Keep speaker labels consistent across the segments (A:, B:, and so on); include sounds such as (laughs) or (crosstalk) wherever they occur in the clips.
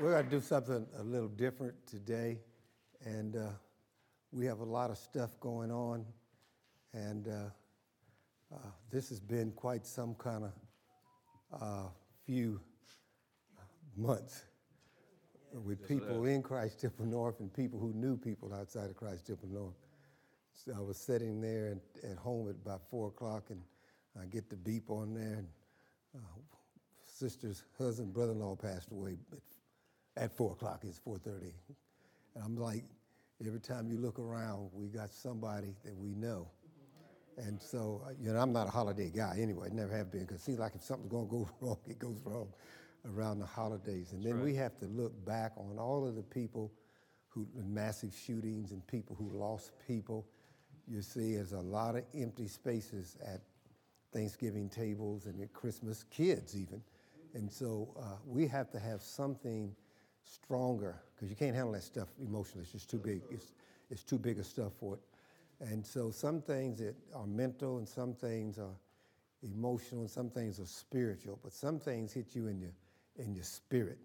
A: We're going to do something a little different today, and uh, we have a lot of stuff going on, and uh, uh, this has been quite some kind of uh, few months with people in Christ Temple North and people who knew people outside of Christ Temple North. So I was sitting there at, at home at about four o'clock, and I get the beep on there, and uh, sister's husband, brother-in-law passed away at, at four o'clock. It's four thirty, and I'm like, every time you look around, we got somebody that we know, and so uh, you know, I'm not a holiday guy anyway. Never have been, because it seems like if something's gonna go (laughs) wrong, it goes wrong around the holidays, and then we have to look back on all of the people who massive shootings and people who lost people. You see, there's a lot of empty spaces at Thanksgiving tables and at Christmas, kids even. And so uh, we have to have something stronger because you can't handle that stuff emotionally. It's just too big. It's, it's too big a stuff for it. And so some things that are mental and some things are emotional and some things are spiritual, but some things hit you in your, in your spirit.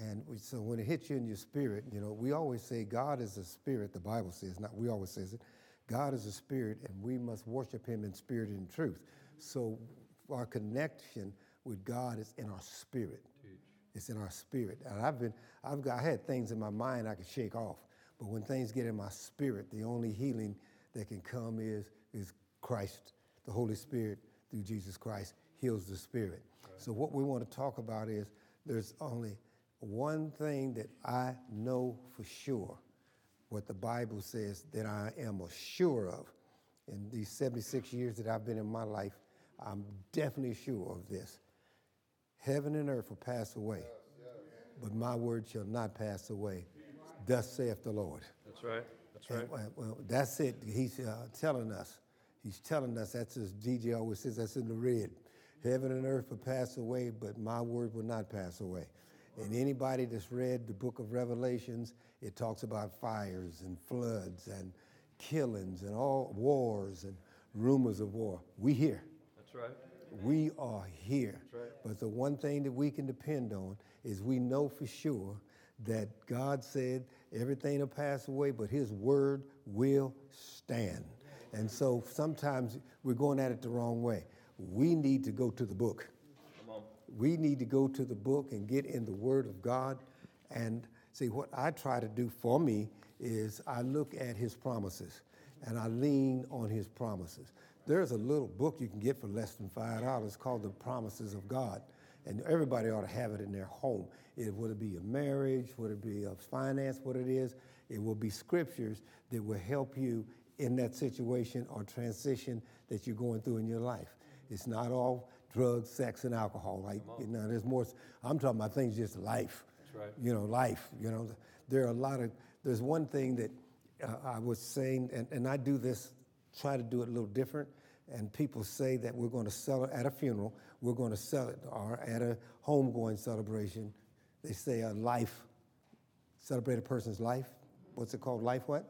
A: And we- so when it hits you in your spirit, you know, we always say God is a spirit, the Bible says, not we always says it. God is a spirit and we must worship him in spirit and truth. So our connection with God is in our spirit. It's in our spirit. And I've been, I've got, I had things in my mind I could shake off. But when things get in my spirit, the only healing that can come is, is Christ. The Holy Spirit through Jesus Christ heals the spirit. So what we want to talk about is there's only one thing that I know for sure, what the Bible says that I am assured of. In these 76 years that I've been in my life, I'm definitely sure of this. Heaven and earth will pass away, but my word shall not pass away. Thus saith the Lord.
B: That's right. That's
A: And,
B: right.
A: well, well, that's it. He's uh, telling us. He's telling us. That's as DJ always says. That's in the red. Heaven and earth will pass away, but my word will not pass away. And anybody that's read the book of Revelations, it talks about fires and floods and killings and all wars and rumors of war. We here.
B: That's right.
A: We are here. But the one thing that we can depend on is we know for sure that God said everything will pass away, but His word will stand. And so sometimes we're going at it the wrong way. We need to go to the book.
B: Come on.
A: We need to go to the book and get in the Word of God. And see, what I try to do for me is I look at His promises and I lean on His promises. There's a little book you can get for less than $5 called The Promises of God. And everybody ought to have it in their home. It, whether it be a marriage, whether it be of finance, what it is, it will be scriptures that will help you in that situation or transition that you're going through in your life. It's not all drugs, sex, and alcohol. Like you know, there's more. I'm talking about things just life.
B: That's right.
A: You know, life. You know, there are a lot of. There's one thing that uh, I was saying, and, and I do this, try to do it a little different. And people say that we're going to sell it at a funeral. We're going to sell it, or at a homegoing celebration. They say a life, celebrate a person's life. What's it called? Life what?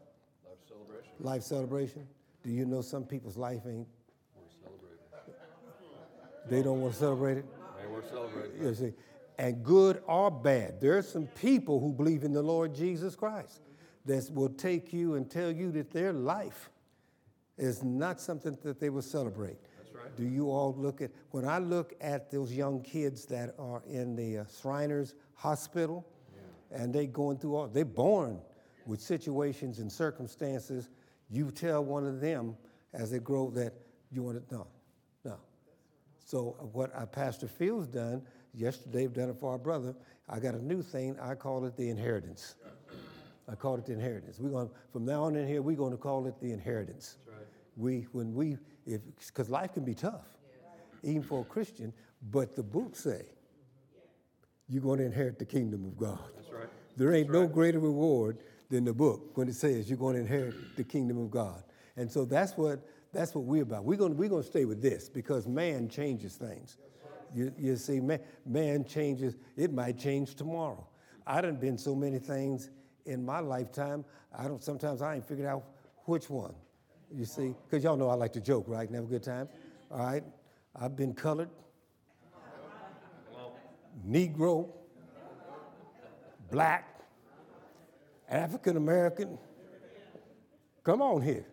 B: Life celebration.
A: Life celebration. Do you know some people's life ain't?
B: We're celebrating.
A: They don't want to celebrate it.
B: Hey, we're celebrating.
A: You see, and good or bad, there's some people who believe in the Lord Jesus Christ that will take you and tell you that their life is not something that they will celebrate. That's
B: right.
A: Do you all look at, when I look at those young kids that are in the uh, Shriners Hospital and they going through all, they're born with situations and circumstances. You tell one of them as they grow that you want to, no, no. So uh, what our Pastor Fields done yesterday, we've done it for our brother. I got a new thing. I call it the inheritance. I call it the inheritance. We're going from now on in here. We're going to call it the inheritance.
B: right.
A: We when we if because life can be tough, even for a Christian. But the books say you're going to inherit the kingdom of God.
B: That's right.
A: There ain't no greater reward than the book when it says you're going to inherit the kingdom of God. And so that's what that's what we're about. We're going to, we're going to stay with this because man changes things. You, you see, man, man changes. It might change tomorrow. I done been so many things in my lifetime. I don't. Sometimes I ain't figured out which one. You see, because y'all know I like to joke, right? And have a good time. All right, I've been colored, Negro, black, African American. Come on here.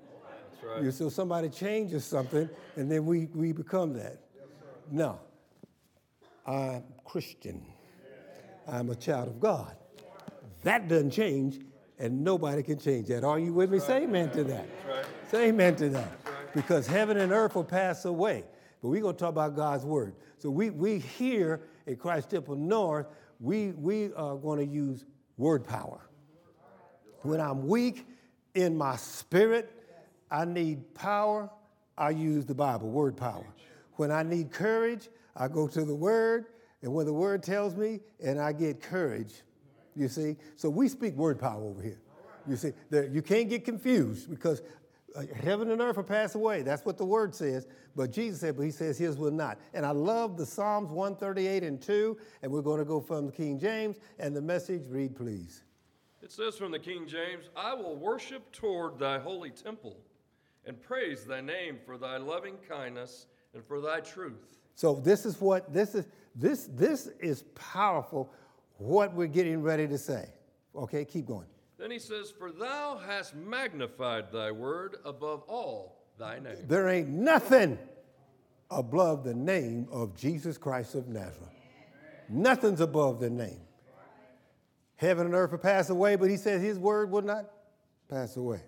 B: That's right.
A: You- So somebody changes something, and then we, we become that. No, I'm Christian. I'm a child of God. That doesn't change, and nobody can change that. Are you with me? Say amen to that. Say amen to that. Because heaven and earth will pass away. But we're going to talk about God's word. So we, we here at Christ Temple North, we, we are going to use word power. When I'm weak in my spirit, I need power, I use the Bible, word power. When I need courage, I go to the word, and when the word tells me, and I get courage. You see? So we speak word power over here. You see, there, you can't get confused because uh, heaven and earth will pass away. That's what the word says. But Jesus said, but he says his will not. And I love the Psalms 138 and 2, and we're going to go from King James and the message. Read, please.
B: It says from the King James, I will worship toward thy holy temple and praise thy name for thy loving kindness and for thy truth.
A: So this is what this is this this is powerful what we're getting ready to say. Okay, keep going.
B: Then he says, For thou hast magnified thy word above all thy name.
A: There ain't nothing above the name of Jesus Christ of Nazareth. Nothing's above the name. Heaven and earth will pass away, but he said his word will not pass away.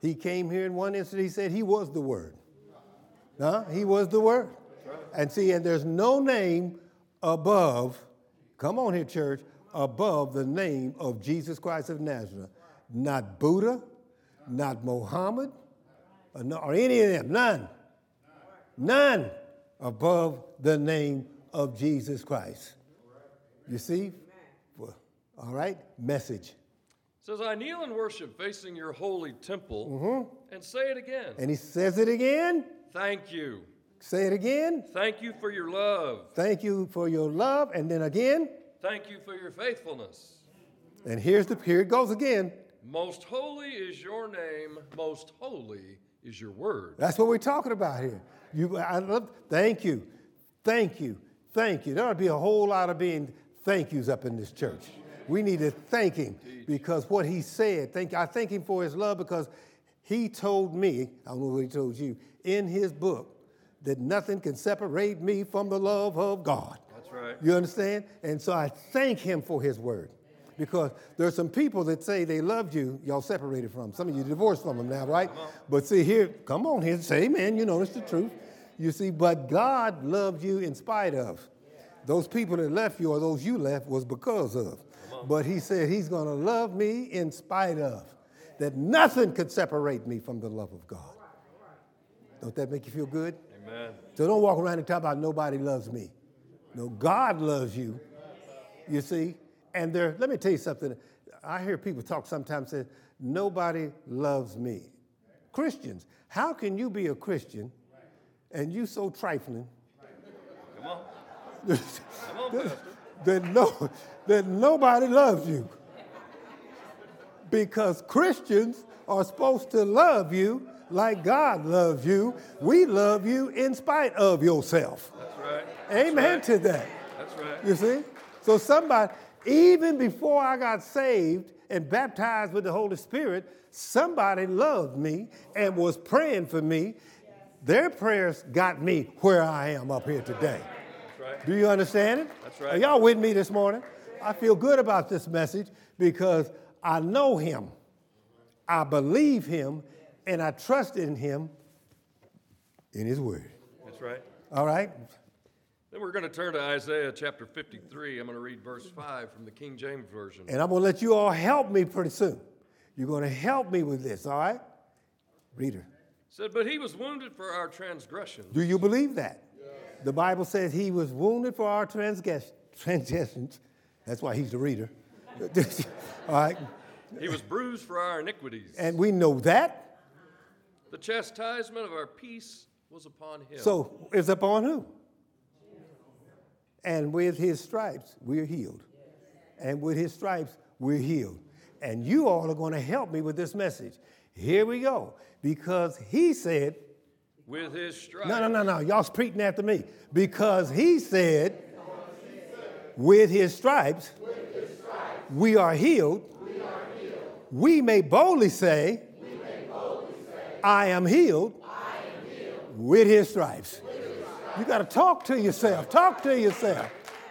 A: He came here in one instant, he said he was the word. Huh? He was the word. And see, and there's no name above, come on here, church, above the name of Jesus Christ of Nazareth. Not Buddha, not Mohammed, or, no- or any of them, none. None above the name of Jesus Christ. You see? Well, all right, message.
B: It says, I kneel and worship facing your holy temple and say it again.
A: And he says it again.
B: Thank you.
A: Say it again.
B: Thank you for your love.
A: Thank you for your love. And then again.
B: Thank you for your faithfulness.
A: And here's the here it goes again.
B: Most holy is your name, most holy is your word.
A: That's what we're talking about here. You, I love. Thank you, thank you, thank you. There ought to be a whole lot of being thank yous up in this church. We need to thank him because what he said. Thank I thank him for his love because he told me. I don't know what he told you in his book that nothing can separate me from the love of God.
B: That's right.
A: You understand? And so I thank him for his word. Because there's some people that say they loved you, y'all separated from. 'em. Some of you divorced from them now, right? But see here, come on here, say amen. You know it's the truth. You see, but God loved you in spite of. Those people that left you or those you left was because of. But he said he's gonna love me in spite of. That nothing could separate me from the love of God. Don't that make you feel good?
B: Amen.
A: So don't walk around and talk about nobody loves me. No, God loves you. You see? And there, let me tell you something. I hear people talk sometimes say, nobody loves me. Christians, how can you be a Christian and you so trifling
B: Come on.
A: (laughs)
B: Come on, Pastor.
A: that, no, that nobody loves you? Because Christians are supposed to love you like God loves you. We love you in spite of yourself.
B: That's right. That's
A: Amen
B: right.
A: to that.
B: That's right.
A: You see? So somebody, even before I got saved and baptized with the Holy Spirit, somebody loved me and was praying for me. Their prayers got me where I am up here today.
B: That's right.
A: Do you understand it?
B: That's right.
A: Are y'all with me this morning? I feel good about this message because I know him. I believe him and I trust in him in his word.
B: That's right.
A: All right?
B: Then we're going to turn to Isaiah chapter 53. I'm going to read verse 5 from the King James Version.
A: And I'm going to let you all help me pretty soon. You're going to help me with this, all right? Reader,
B: said, But he was wounded for our transgressions.
A: do you believe that? The Bible says he was wounded for our transgress- transgressions. That's why he's the reader. (laughs) all right?
B: He was bruised for our iniquities.
A: And we know that.
B: The chastisement of our peace was upon him.
A: So it's upon who? And with his stripes, we're healed. And with his stripes, we're healed. And you all are going to help me with this message. Here we go. Because he said,
B: with his stripes.
A: No, no, no, no. Y'all's preaching after me. Because he said, with his stripes, we are healed, we may boldly say, I am healed with his stripes. You got to talk to yourself. Talk to yourself.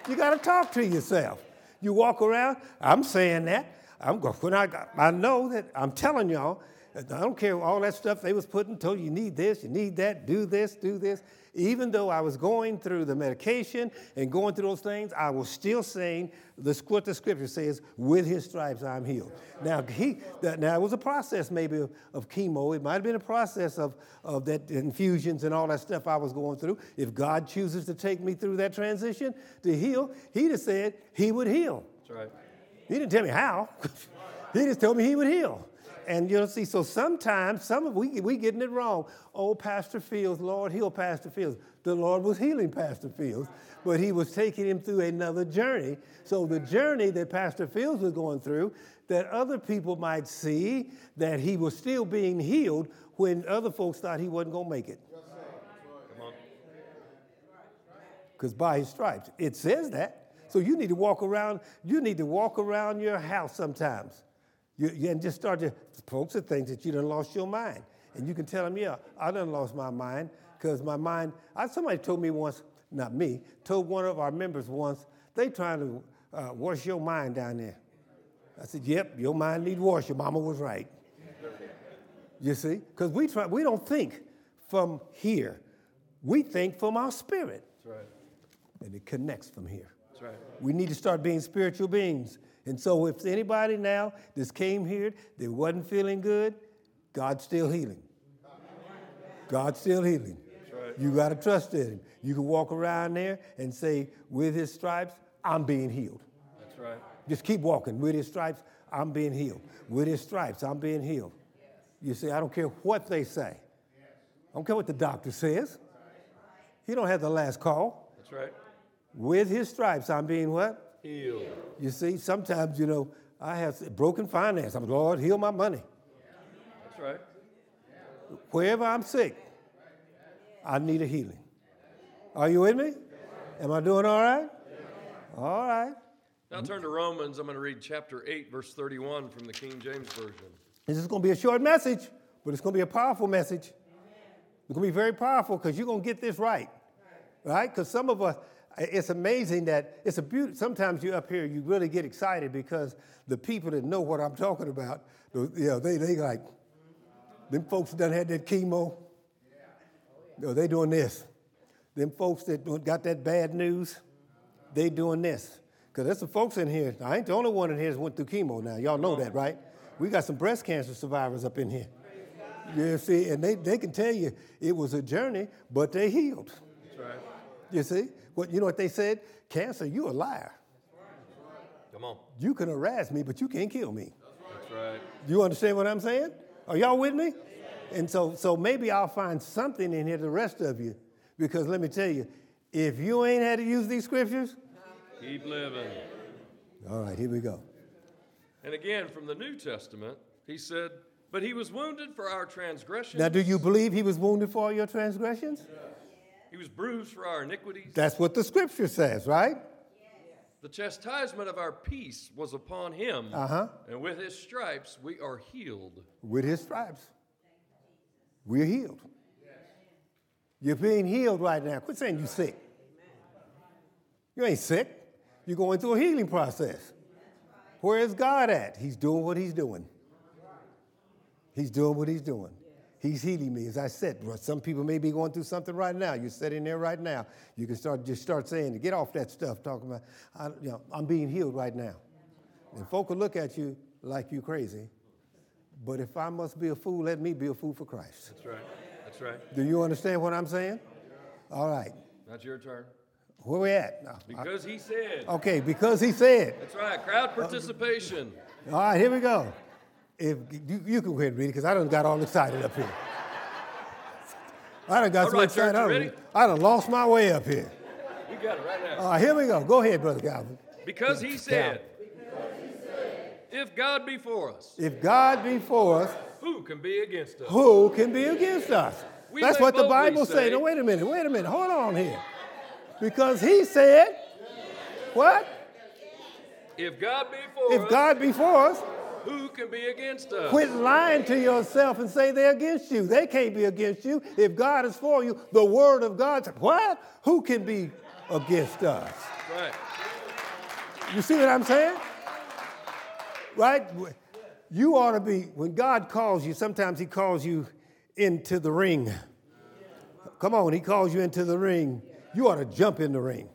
A: You got to talk to yourself. You walk around, I'm saying that. I'm going, when I, got, I know that I'm telling y'all, I don't care all that stuff they was putting, told you, you need this, you need that, do this, do this. Even though I was going through the medication and going through those things, I was still saying this, what the scripture says, with his stripes I'm healed. Now, he, that, now it was a process maybe of, of chemo. It might have been a process of, of that infusions and all that stuff I was going through. If God chooses to take me through that transition to heal, he'd have said he would heal.
B: That's right.
A: He didn't tell me how. (laughs) he just told me he would heal. And you'll see, so sometimes some of we we getting it wrong. Oh, Pastor Fields, Lord heal Pastor Fields. The Lord was healing Pastor Fields, but he was taking him through another journey. So the journey that Pastor Fields was going through, that other people might see that he was still being healed when other folks thought he wasn't gonna make it.
B: Come on.
A: because by his stripes it says that so you need to walk around you need to walk around your house sometimes you, you- and just start to folks are things that you done lost your mind and you can tell them yeah i done lost my mind because my mind I, somebody told me once not me told one of our members once they trying to uh, wash your mind down there i said yep your mind need wash your mama was right you see? Because we try we don't think from here. We think from our spirit.
B: That's right.
A: And it connects from here.
B: That's right.
A: We need to start being spiritual beings. And so if anybody now that's came here that wasn't feeling good, God's still healing. God's still healing.
B: right.
A: You gotta trust in him. You can walk around there and say, with his stripes, I'm being healed.
B: That's right.
A: Just keep walking. With his stripes, I'm being healed. With his stripes, I'm being healed. You see, I don't care what they say. I don't care what the doctor says. He don't have the last call.
B: That's right.
A: With his stripes, I'm being what?
B: Healed.
A: You see, sometimes, you know, I have broken finance. I'm, Lord, heal my money.
B: That's right.
A: Wherever I'm sick, I need a healing. Are you with me? Am I doing all right? All right.
B: Now turn to Romans. I'm going to read chapter 8, verse 31 from the King James Version.
A: This is going to be a short message, but it's going to be a powerful message. It's going to be very powerful because you're going to get this right, right? Because some of us, it's amazing that it's a beauty. Sometimes you're up here, you really get excited because the people that know what I'm talking about, those- yeah, they they like, them folks done had that chemo. No, they doing this. Them folks that don't- got that bad news, they doing this. Because there's some folks in here, I ain't the only one in here that went through chemo now. Y'all know that, right? We got some breast cancer survivors up in here. You see, and they, they can tell you it was a journey, but they healed.
B: That's right.
A: You see? What, you know what they said? Cancer, you a liar.
B: Come on.
A: You can harass me, but you can't kill me.
B: That's right.
A: You understand what I'm saying? Are y'all with me? And so, so maybe I'll find something in here, the rest of you, because let me tell you, if you ain't had to use these scriptures,
B: Keep living.
A: all right, here we go.
B: And again, from the New Testament, he said, But he was wounded for our transgressions.
A: Now, do you believe he was wounded for all your transgressions?
B: He was bruised for our iniquities.
A: That's what the scripture says, right?
B: The chastisement of our peace was upon him.
A: Uh-huh.
B: And with his stripes, we are healed.
A: With his stripes, we're healed. You're being healed right now. Quit saying you're sick. You ain't sick. You're going through a healing process. Where is God at? He's doing what he's doing. He's doing what he's doing. He's healing me. As I said, bro, some people may be going through something right now. You're sitting there right now. You can start just start saying, get off that stuff, talking about, I, you know, I'm being healed right now. And folk will look at you like you crazy. But if I must be a fool, let me be a fool for Christ.
B: That's right. That's right.
A: Do you understand what I'm saying? All right.
B: Not your turn.
A: Where we at now?
B: Because he said.
A: Okay, because he said.
B: That's right. Crowd participation.
A: All right, here we go. If you, you can go ahead and read it, because I done got all excited up here. I done got
B: All
A: so
B: right,
A: excited.
B: church, you
A: I, done,
B: ready?
A: I done lost my way up here.
B: You got it right now.
A: All right, here we go. Go ahead, Brother Calvin.
B: Because he said, If God be for us,
A: If God be for us,
B: who can be against us?
A: who can be against us?
B: We
A: That's
B: may
A: what the
B: boldly
A: Bible
B: say-
A: says. Now, wait a minute, wait a minute, hold on here. Because he said, what?
B: If God be for
A: If
B: us,
A: God be for us,
B: who can be against us?
A: quit lying to yourself and say they're against you. They can't be against you. If God is for you, the word of God. What? Who can be against us?
B: Right.
A: You see what I'm saying? Right? You ought to be, when God calls you, sometimes He calls you into the ring. Come on, He calls you into the ring. You ought to jump in the ring.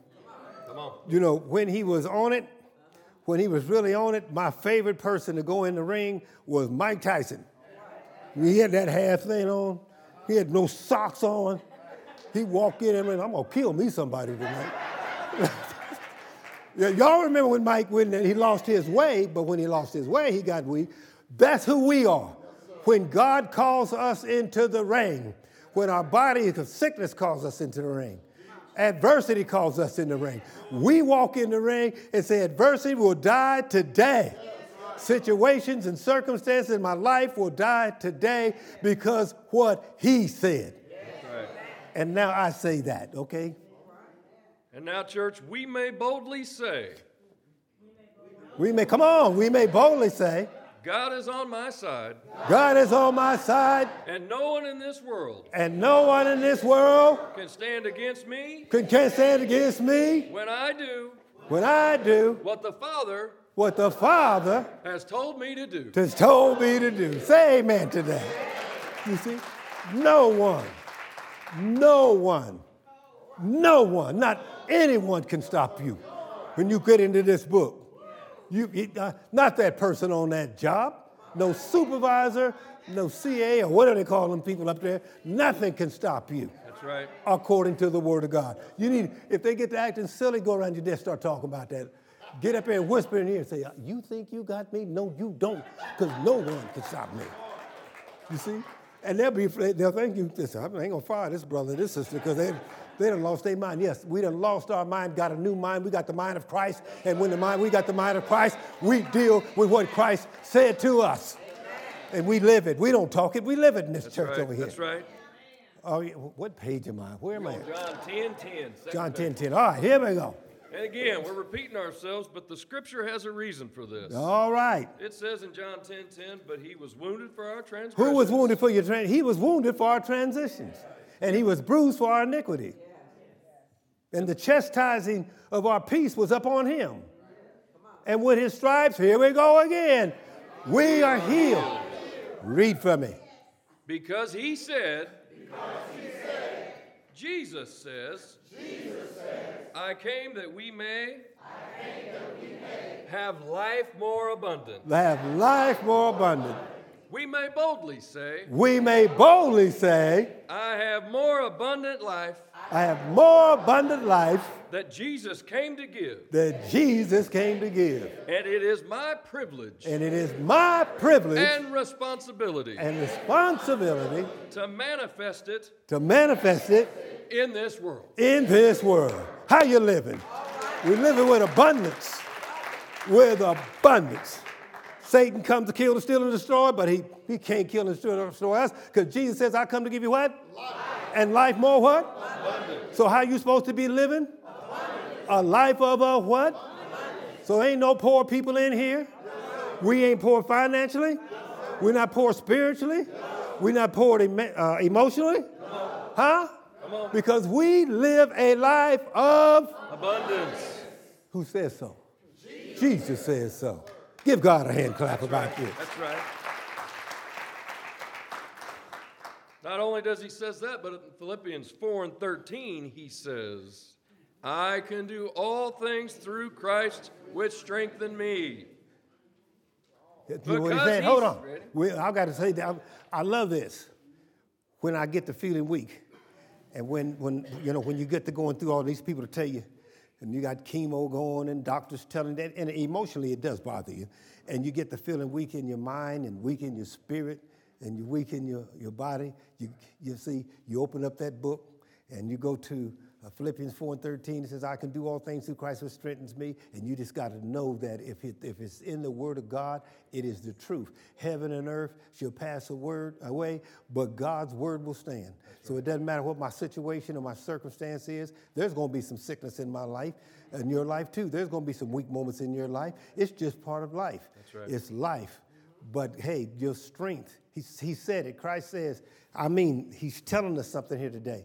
B: Come on.
A: You know, when He was on it, when He was really on it, my favorite person to go in the ring was Mike Tyson. He had that half thing on, he had no socks on. He walked in and went, I'm going to kill me somebody tonight. Yeah, y'all remember when Mike went and he lost his way, but when he lost his way, he got weak. That's who we are. When God calls us into the ring, when our body of sickness calls us into the ring, adversity calls us in the ring. We walk in the ring and say, adversity will die today. Situations and circumstances in my life will die today because what he said.
B: Right.
A: And now I say that, okay?
B: And now, church, we may boldly say,
A: We may, come on, we may boldly say,
B: God is on my side,
A: God is on my side,
B: and no one in this world
A: and no one in this world
B: can stand against me
A: can, can stand against me
B: when I do
A: when I do
B: what the Father
A: what the Father
B: has told me to do.
A: has told me to do. Say amen to that. You see, no one, no one, no one, not anyone can stop you when you get into this book. You, it, uh, not that person on that job, no supervisor, no CA or whatever they call them people up there. Nothing can stop you.
B: That's right.
A: according to the word of God. You need, if they get to acting silly, go around your desk, start talking about that. Get up there and whisper in here and say, "Uh, You think you got me? No, you don't, because no one can stop me. You see? And they'll be, they'll thank you. Listen, I ain't gonna fire this brother, this sister, because they, they done lost their mind. Yes, we done lost our mind, got a new mind. We got the mind of Christ. And when the mind, we got the mind of Christ, we deal with what Christ said to us. And we live it. We don't talk it, we live it in this church
B: Right.
A: over here.
B: That's right.
A: Oh, yeah, what page am I? Where am I? at?
B: John 10 10.
A: John 10 10. All right, here we go.
B: And again, we're repeating ourselves, but the scripture has a reason for this.
A: All right.
B: It says in John 10 10, but he was wounded for our transgressions.
A: Who was wounded for your trans? He was wounded for our transitions, and he was bruised for our iniquity. And the chastising of our peace was upon him. And with his stripes, here we go again. We are healed. Read for me.
B: Because he said, Jesus says, I came that we may, have life more abundant.
A: Have life more abundant.
B: We may boldly say,
A: We may boldly say,
B: I have more abundant life
A: I have more abundant life
B: that Jesus came to give,
A: than Jesus came to give.
B: and it is my privilege
A: And it is my privilege
B: and responsibility
A: and responsibility
B: to manifest it
A: to manifest it
B: in this world.
A: in this world. How you living? We're living with abundance. With abundance. Satan comes to kill, to steal, and destroy, but he, he can't kill and steal and destroy us because Jesus says, I come to give you what? And life more what? So how you supposed to be living? A life of a what? So ain't no poor people in here. We ain't poor financially. We're not poor spiritually. We're not poor emo- uh, emotionally. Huh? Because we live a life of
B: Abundance.
A: who says so? Jesus, says so. Give God a hand clap about this.
B: That's right. Not only does he says that, but in Philippians 4 and 13, he says, I can do all things through Christ which strengthen
A: You
B: me.
A: know what he's
B: Because
A: saying? Hold
B: he's
A: on.
B: ready.
A: Well, I've got to say that I, I love this. When I get to feeling weak, and when, when you know when you get to going through all these people to tell you, and you got chemo going and doctors telling that, and emotionally it does bother you, and you get to feeling weak in your mind and weak in your spirit and you weak in your, your body. You you see you open up that book and you go to Uh, Philippians 4 and 13 says, I can do all things through Christ who strengthens me. And you just got to know that if, it, if it's in the Word of God, it is the truth. Heaven and earth shall pass a word away, but God's Word will stand. So it doesn't matter what my situation or my circumstance is, there's going to be some sickness in my life, in your life too. There's going to be some weak moments in your life. It's just part of life.
B: That's right.
A: It's life. But hey, your strength, he, he said it. Christ says, I mean, he's telling us something here today.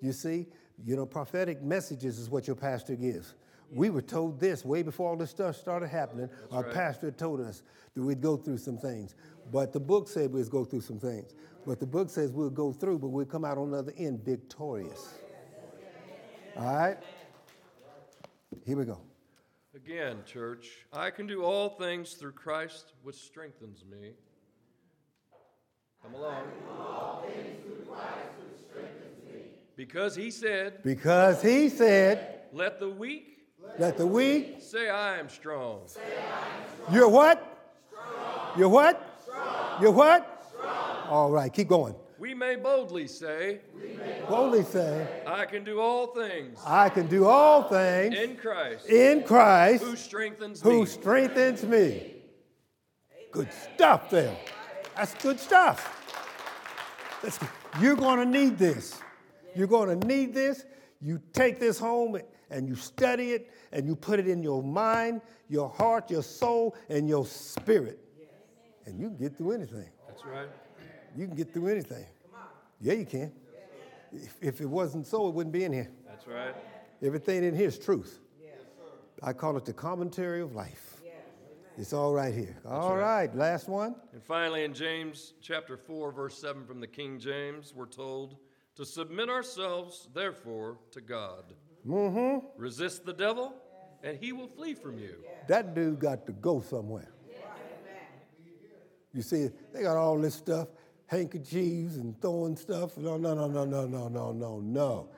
A: You see, you know, prophetic messages is what your pastor gives. We were told this way before all this stuff started happening. Our pastor told us that we'd go through some things. But the book said we'd go through some things. But the book says we'll go through, but we'll come out on the other end victorious. All right? Here we go.
B: Again, church, I can do all things through Christ which strengthens me. Come along. Because he said,
A: Because he said,
B: Let the weak
A: let the weak
B: say I am strong.
A: You're what? You're what? You're what? All right, keep going.
B: We may boldly say,
A: Boldly say,
B: I can do all things
A: I can do all things
B: in Christ
A: in Christ
B: who strengthens me.
A: who strengthens me. Good stuff there. That's good stuff. That's- you're going to need this. You're going to need this. You take this home and you study it and you put it in your mind, your heart, your soul, and your spirit. And you can get through anything.
B: That's right.
A: You can get through anything. Yeah, you can. If, if it wasn't so, it wouldn't be in here.
B: That's right.
A: Everything in here is truth. I call it the commentary of life. It's all right here. All right. last one.
B: And finally, in James chapter 4, verse 7 from the King James, we're told to submit ourselves, therefore, to God. Mm-hmm. Resist the devil, and he will flee from you.
A: That dude got to go somewhere. You see, they got all this stuff, handkerchiefs and throwing stuff. No, no, no, no, no, no, no, no, no.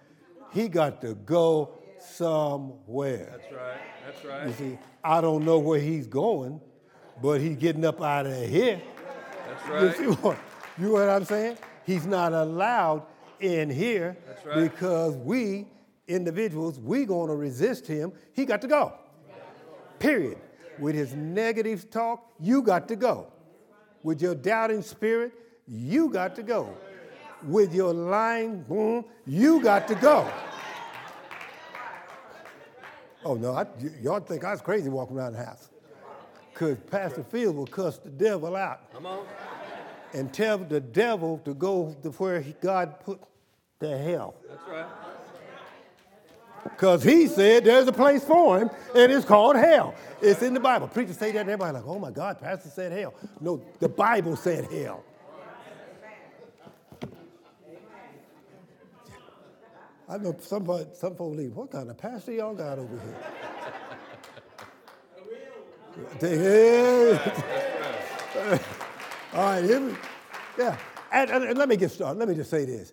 A: He got to go somewhere.
B: That's right. That's
A: You
B: right.
A: see, I don't know where he's going, but he's getting up out of here.
B: That's
A: You see
B: right.
A: what, you know what I'm saying? He's not allowed in here
B: That's right.
A: because we individuals, we gonna resist him. He got to go. Period. With his negative talk, you got to go. With your doubting spirit, you got to go. With your lying boom, you got to go. Oh no, I, y- y'all think I was crazy walking around the house. Cause Pastor Field will cuss the devil out
B: Come on.
A: and tell the devil to go to where he- God put the hell.
B: That's right.
A: Because he said there's a place for him, and it's called hell. It's in the Bible. Preachers say that, and everybody's like, oh my God, Pastor said hell. No, the Bible said hell. I know somebody, some folks leave, what kind of pastor y'all got over here? (laughs) They- hey. (laughs) All right, here we- yeah. And, and- and let me get started. Let me just say this.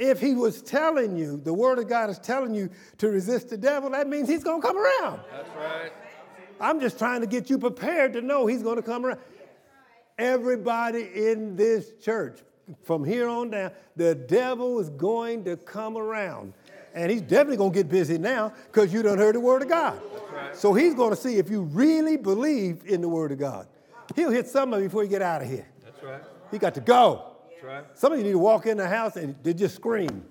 A: If he was telling you, the word of God is telling you to resist the devil, that means he's going to come around.
B: That's right.
A: I'm just trying to get you prepared to know he's going to come around. Everybody in this church, from here on down, the devil is going to come around. And he's definitely going to get busy now because you done heard the word of God. So he's going to see if you really believe in the word of God. He'll hit some of you before you get out of here.
B: That's right.
A: He got to go.
B: That's right.
A: Some of you need to walk in the house and they just scream.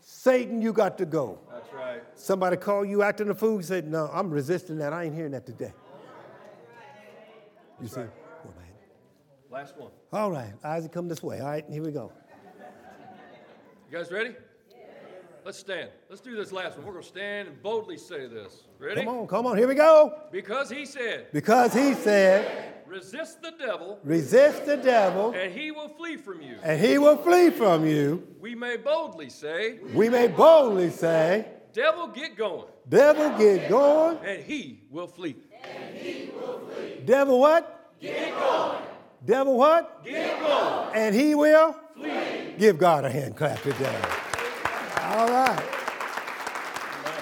A: Satan, you got to go.
B: That's right.
A: Somebody call you acting a fool, you say, No, I'm resisting that. I ain't hearing that today. You see? All right.
B: Last one.
A: All right. Isaac, come this way. All right, here we go.
B: You guys ready? Let's stand. Let's do this last one. We're going to stand and boldly say this. Ready?
A: Come on, come on, here we go.
B: Because he said,
A: Because he said,
B: resist the devil,
A: Resist the devil,
B: and he will flee from you.
A: and he will flee from you.
B: We may boldly say,
A: We may boldly say,
B: devil, get going,
A: Devil, get going.
B: and he will flee.
A: Devil, what? Get going. Devil, what?
B: Get going.
A: And he will? Give God a hand clap today. All right.